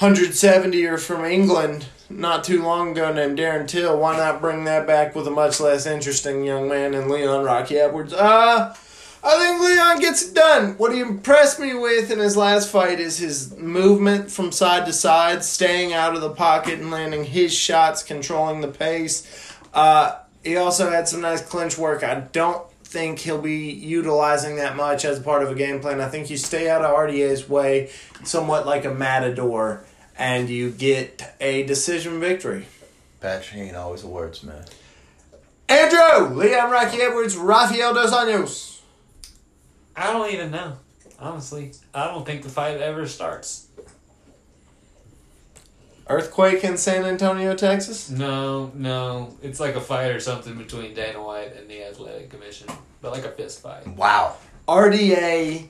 Speaker 1: 170er from England not too long ago named Darren Till. Why not bring that back with a much less interesting young man than Leon Rocky Edwards? Uh, I think Leon gets it done. What he impressed me with in his last fight is his movement from side to side, staying out of the pocket and landing his shots, controlling the pace. Uh, he also had some nice clinch work. I don't think he'll be utilizing that much as part of a game plan. I think you stay out of RDA's way, somewhat like a matador, and you get a decision victory.
Speaker 2: Pat Shaheen, always a wordsmith.
Speaker 1: Andrew, Leon Rocky Edwards, Rafael Dos Anjos.
Speaker 3: I don't even know. Honestly, I don't think the fight ever starts.
Speaker 1: Earthquake in San Antonio, Texas.
Speaker 3: No, no. It's like a fight or something between Dana White and the Athletic Commission, but like a fist fight.
Speaker 2: Wow.
Speaker 1: RDA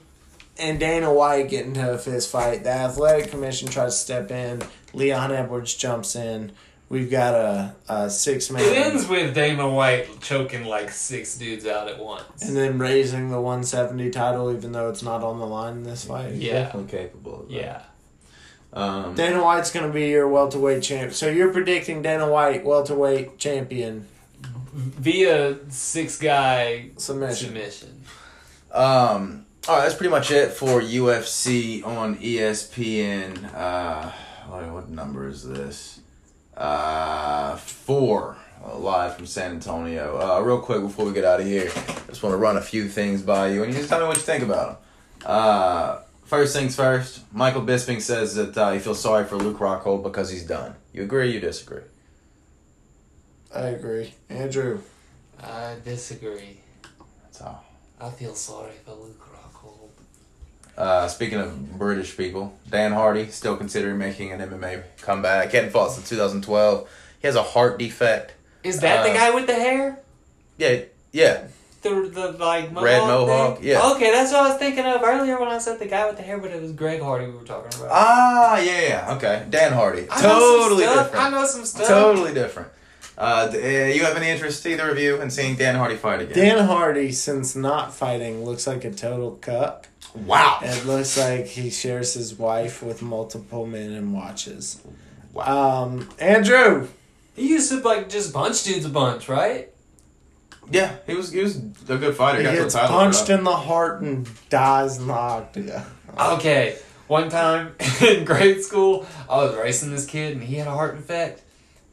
Speaker 1: and Dana White get into a fist fight. The athletic commission tries to step in. Leon Edwards jumps in. We've got a, a six man.
Speaker 3: It ends with Dana White choking like six dudes out at once.
Speaker 1: And then raising the 170 title, even though it's not on the line in this fight.
Speaker 3: Yeah.
Speaker 2: Definitely capable. Of that.
Speaker 3: Yeah.
Speaker 2: Um,
Speaker 1: Dana White's going to be your welterweight champ. So you're predicting Dana White welterweight champion
Speaker 3: Via six guy
Speaker 1: submission.
Speaker 3: submission.
Speaker 2: Um, all right, that's pretty much it for UFC on E ESPN. Uh, what, what number is this? Uh, four uh, live from San Antonio. Uh, real quick before we get out of here, just want to run a few things by you, and you just tell me what you think about them. Uh, first things first, Michael Bisping says that uh, he feels sorry for Luke Rockhold because he's done. You agree? or You disagree?
Speaker 1: I agree. Andrew.
Speaker 3: I disagree.
Speaker 2: That's all.
Speaker 3: I feel sorry for Luke Rockhold.
Speaker 2: Uh, speaking of British people, Dan Hardy still considering making an MMA comeback. Hadn't fought since 2012. He has a heart defect.
Speaker 3: Is that the
Speaker 2: Uh,
Speaker 3: guy with the hair?
Speaker 2: Yeah, yeah.
Speaker 3: The, the like mohawk
Speaker 2: Red mohawk,
Speaker 3: thing?
Speaker 2: yeah.
Speaker 3: Okay, that's what I was thinking of earlier when I said the guy with the hair, but it was Greg Hardy we were talking about.
Speaker 2: Ah, yeah, yeah. Okay, Dan Hardy.
Speaker 3: I know some
Speaker 2: totally
Speaker 3: stuff. I
Speaker 2: different.
Speaker 3: know some stuff.
Speaker 2: Totally different. Uh, d- uh, you have any interest, either of you, in seeing Dan Hardy fight again?
Speaker 1: Dan Hardy, since not fighting, looks like a total cuck.
Speaker 2: wow.
Speaker 1: It looks like he shares his wife with multiple men and watches.
Speaker 2: Wow.
Speaker 1: Um, Andrew.
Speaker 3: He used to like just punch dudes a bunch, right?
Speaker 2: Yeah, he was he was a good fighter.
Speaker 1: He
Speaker 2: got the
Speaker 1: gets
Speaker 2: title
Speaker 1: punched
Speaker 2: shot.
Speaker 1: in the heart and dies in the octagon.
Speaker 3: Okay. One time in grade school, I was racing this kid and he had a heart infect,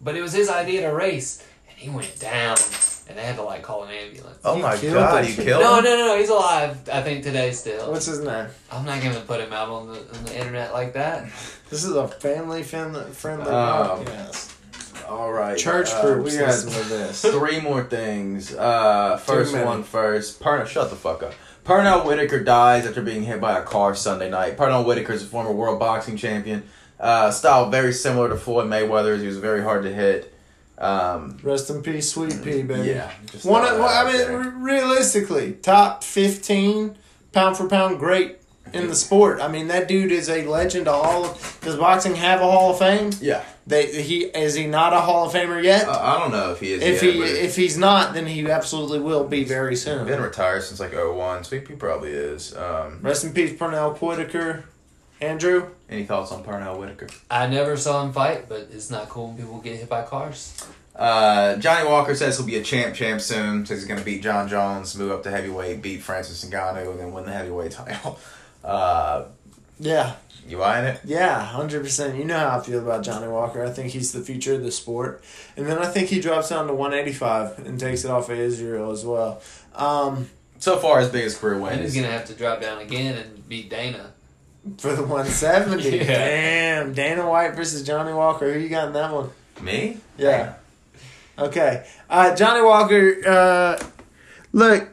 Speaker 3: but it was his idea to race and he went down and they had to like call an ambulance.
Speaker 2: Oh
Speaker 1: You
Speaker 2: my
Speaker 1: killed
Speaker 2: god,
Speaker 1: that
Speaker 2: you
Speaker 1: shit.
Speaker 2: killed
Speaker 3: No, no,
Speaker 2: him?
Speaker 3: no, no, he's alive, I think, today still.
Speaker 1: What's his name?
Speaker 3: I'm not gonna put him out on the, on the internet like that.
Speaker 1: This is a family friendly friendly
Speaker 2: Um,
Speaker 1: podcast.
Speaker 2: All right.
Speaker 1: Church
Speaker 2: uh,
Speaker 1: groups
Speaker 2: we got-
Speaker 1: listen to this.
Speaker 2: Three more things. Uh, first
Speaker 1: many.
Speaker 2: one first. Perno, shut the fuck up. Pernell Whitaker dies after being hit by a car Sunday night. Pernell Whitaker is a former world boxing champion. Uh, style very similar to Floyd Mayweather's. He was very hard to hit. Um,
Speaker 1: Rest in peace, Sweet Pea, baby.
Speaker 2: yeah. just
Speaker 1: One
Speaker 2: throw
Speaker 1: of,
Speaker 2: that
Speaker 1: well,
Speaker 2: out
Speaker 1: I mean,
Speaker 2: there.
Speaker 1: re- realistically, top 15 pound for pound great in the sport. I mean, that dude is a legend. To all of, does boxing have a Hall of Fame?
Speaker 2: yeah.
Speaker 1: They, he is he not a Hall of Famer yet?
Speaker 2: Uh, I don't know if he is.
Speaker 1: if
Speaker 2: yet,
Speaker 1: he
Speaker 2: but
Speaker 1: if he's not, then he absolutely will be very
Speaker 2: he's
Speaker 1: soon.
Speaker 2: been retired since like 01, so he he probably is. Um,
Speaker 1: Rest in peace, Pernell Whitaker. Andrew,
Speaker 2: any thoughts on Pernell Whitaker?
Speaker 3: I never saw him fight, but it's not cool when people get hit by cars.
Speaker 2: Uh, Johnny Walker says he'll be a champ champ soon. Says he's going to beat John Jones, move up to heavyweight, beat Francis Ngannou, and then win the heavyweight title. Uh,
Speaker 1: yeah,
Speaker 2: you buying it?
Speaker 1: Yeah, hundred percent. You know how I feel about Johnny Walker. I think he's the future of the sport, and then I think he drops down to one eighty five and takes it off of Israel as well. Um,
Speaker 2: So far, his biggest career win
Speaker 3: And he's
Speaker 2: is
Speaker 3: gonna have to drop down again and beat Dana.
Speaker 1: for the one seventy.
Speaker 3: Yeah.
Speaker 1: Damn, Dana White versus Johnny Walker. Who you got in that one?
Speaker 2: me.
Speaker 1: Yeah. Okay, uh, Johnny Walker. Uh, look,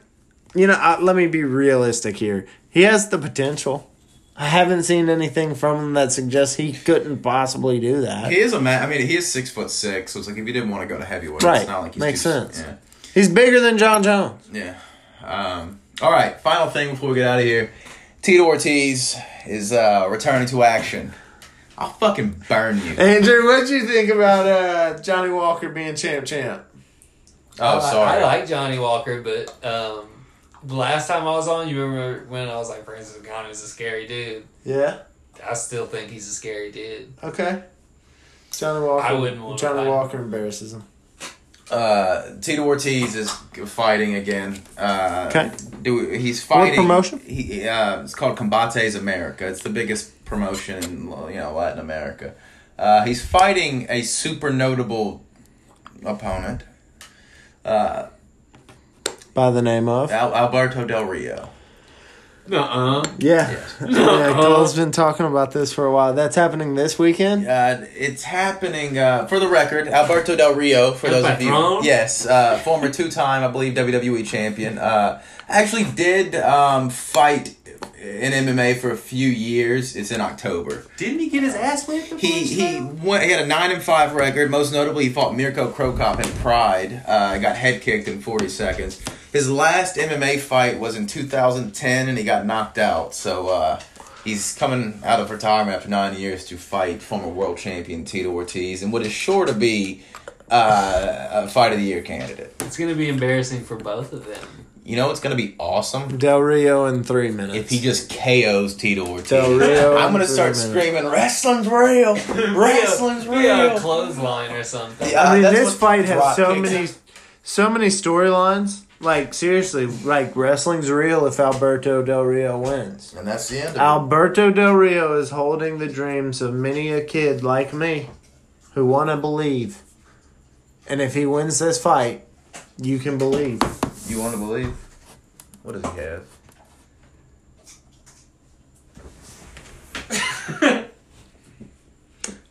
Speaker 1: you know, uh, let me be realistic here. He has the potential. I haven't seen anything from him that suggests he couldn't possibly do that.
Speaker 2: He is a man. I mean, he is six foot six. So it's like if he didn't want to go to heavyweight,
Speaker 1: Right.
Speaker 2: It's not like he's
Speaker 1: Makes
Speaker 2: too-
Speaker 1: sense. He's bigger than John Jones.
Speaker 2: Yeah. yeah. Um, all right. Final thing before we get out of here. Tito Ortiz is uh, returning to action. I'll fucking burn you.
Speaker 1: Andrew, what'd you think about uh, Johnny Walker being champ champ?
Speaker 2: Oh,
Speaker 3: I-
Speaker 2: sorry.
Speaker 3: I, like Johnny Walker, but um, the last time I was on, you remember when I was like, Francis Nganou's a scary dude.
Speaker 1: Yeah.
Speaker 3: I still think he's a scary dude.
Speaker 1: Okay. Johnny Walker.
Speaker 3: I wouldn't want to
Speaker 1: Johnny
Speaker 3: fight.
Speaker 1: Walker embarrasses him.
Speaker 2: uh, Tito Ortiz is fighting again. Uh,
Speaker 1: Okay.
Speaker 2: Do he's fighting?
Speaker 1: promotion?
Speaker 2: He uh, it's called Combates America. It's the biggest promotion in you know Latin America. Uh, he's fighting a super notable opponent, uh,
Speaker 1: By the name of? Yeah.
Speaker 2: Al- Alberto Del Rio.
Speaker 3: Nuh uh.
Speaker 1: Yeah, Cole's been talking about this for a while. That's happening this weekend?
Speaker 2: Uh, it's happening uh, for the record. Alberto Del Rio, for
Speaker 3: El
Speaker 2: those of you,
Speaker 3: Patron?
Speaker 2: yes, uh, former two-time, I believe, WWE champion, uh, actually did um, fight in MMA for a few years. It's in October.
Speaker 3: Didn't he get his ass whipped? a
Speaker 2: He
Speaker 3: bunch,
Speaker 2: he
Speaker 3: though?
Speaker 2: went, he had a nine and five record. Most notably, he fought Mirko Krokop in Pride. Uh, got head kicked in forty seconds. His last MMA fight was in 2010, and he got knocked out. So uh, He's coming out of retirement after nine years to fight former world champion Tito Ortiz and what is sure to be uh, a fight of the year candidate.
Speaker 3: It's gonna be embarrassing for both of them.
Speaker 2: You know it's going to be awesome
Speaker 1: Del Rio in three minutes.
Speaker 2: if he just KOs Tito Ortiz.
Speaker 1: Del Rio
Speaker 2: I'm gonna
Speaker 1: in three
Speaker 2: start
Speaker 1: minutes.
Speaker 2: screaming, "Wrestling's real! Wrestling's
Speaker 3: we got a
Speaker 2: real!"
Speaker 3: clothesline or something.
Speaker 2: Yeah,
Speaker 1: I mean,
Speaker 2: that's
Speaker 1: this
Speaker 2: what
Speaker 1: fight has
Speaker 2: drop
Speaker 1: so
Speaker 2: kicks-
Speaker 1: many, so many storylines. Like seriously, like wrestling's real if Alberto Del Rio wins.
Speaker 2: and that's the end. Of it.
Speaker 1: Alberto Del Rio is holding the dreams of many a kid like me, who want to believe. And if he wins this fight, you can believe.
Speaker 2: You want to believe? What does he have?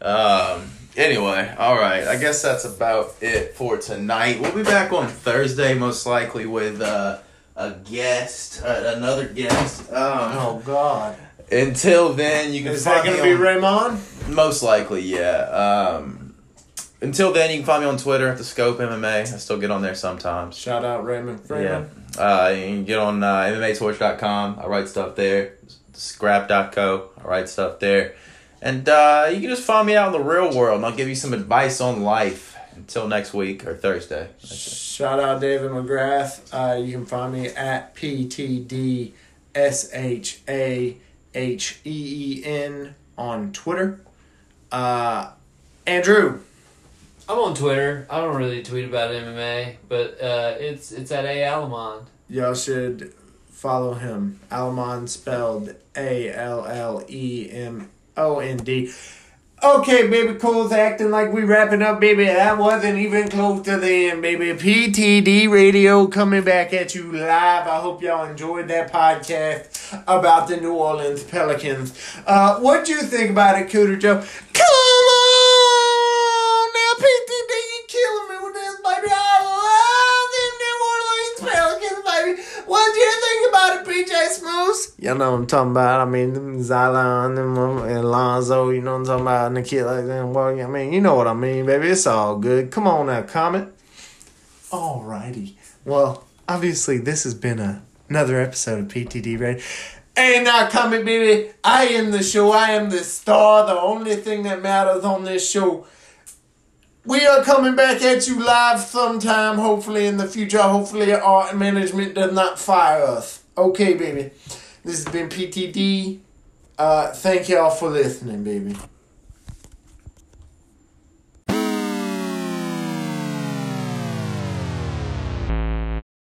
Speaker 2: um. Anyway, all right. I guess that's about it for tonight. We'll be back on Thursday, most likely, with uh, a guest, uh, another guest. Um,
Speaker 1: Oh God!
Speaker 2: Until then, you can
Speaker 1: Is that
Speaker 2: find
Speaker 1: going to
Speaker 2: me
Speaker 1: be
Speaker 2: on-
Speaker 1: Raymond?
Speaker 2: most likely, yeah. Um, until then, you can find me on Twitter at the Scope MMA. I still get on there sometimes.
Speaker 1: Shout out Raymond
Speaker 2: Yeah.
Speaker 1: Freeman.
Speaker 2: Uh, you can get on uh, MMATorch.com. I write stuff there. Scrap.co. I write stuff there. And uh, you can just find me out in the real world, and I'll give you some advice on life. Until next week or Thursday.
Speaker 1: Shout out David McGrath. Uh, you can find me at PTDSHAHEEN E on Twitter. Uh, Andrew,
Speaker 3: I'm on Twitter. I don't really tweet about MMA, but uh, it's it's at A Alamond.
Speaker 1: y'all should follow him. Alamon spelled A L L E M O N D. Okay, baby, Cole's acting like we wrapping up, baby. That wasn't even close to the end, baby. PTD Radio coming back at you live. I hope y'all enjoyed that podcast about the New Orleans Pelicans. Uh, what you think about it, Cooter Joe? Come on now, PTD, you killing me with this, baby. I love them New Orleans Pelicans, baby. What you think about it, PJ Smooth? You know what I'm talking about. I mean, them Zion them, um, and Lonzo, you know what I'm talking about, and the kid like that. Well, I mean, you know what I mean, baby. It's all good. Come on now, comment. Alrighty. Well, obviously, this has been a, another episode of PTD Radio. And now, comment, baby. I am the show. I am the star. The only thing that matters on this show. We are coming back at you live sometime, hopefully in the future. Hopefully, our management does not fire us. Okay, baby. This has been PTD. Uh, thank y'all for listening, baby.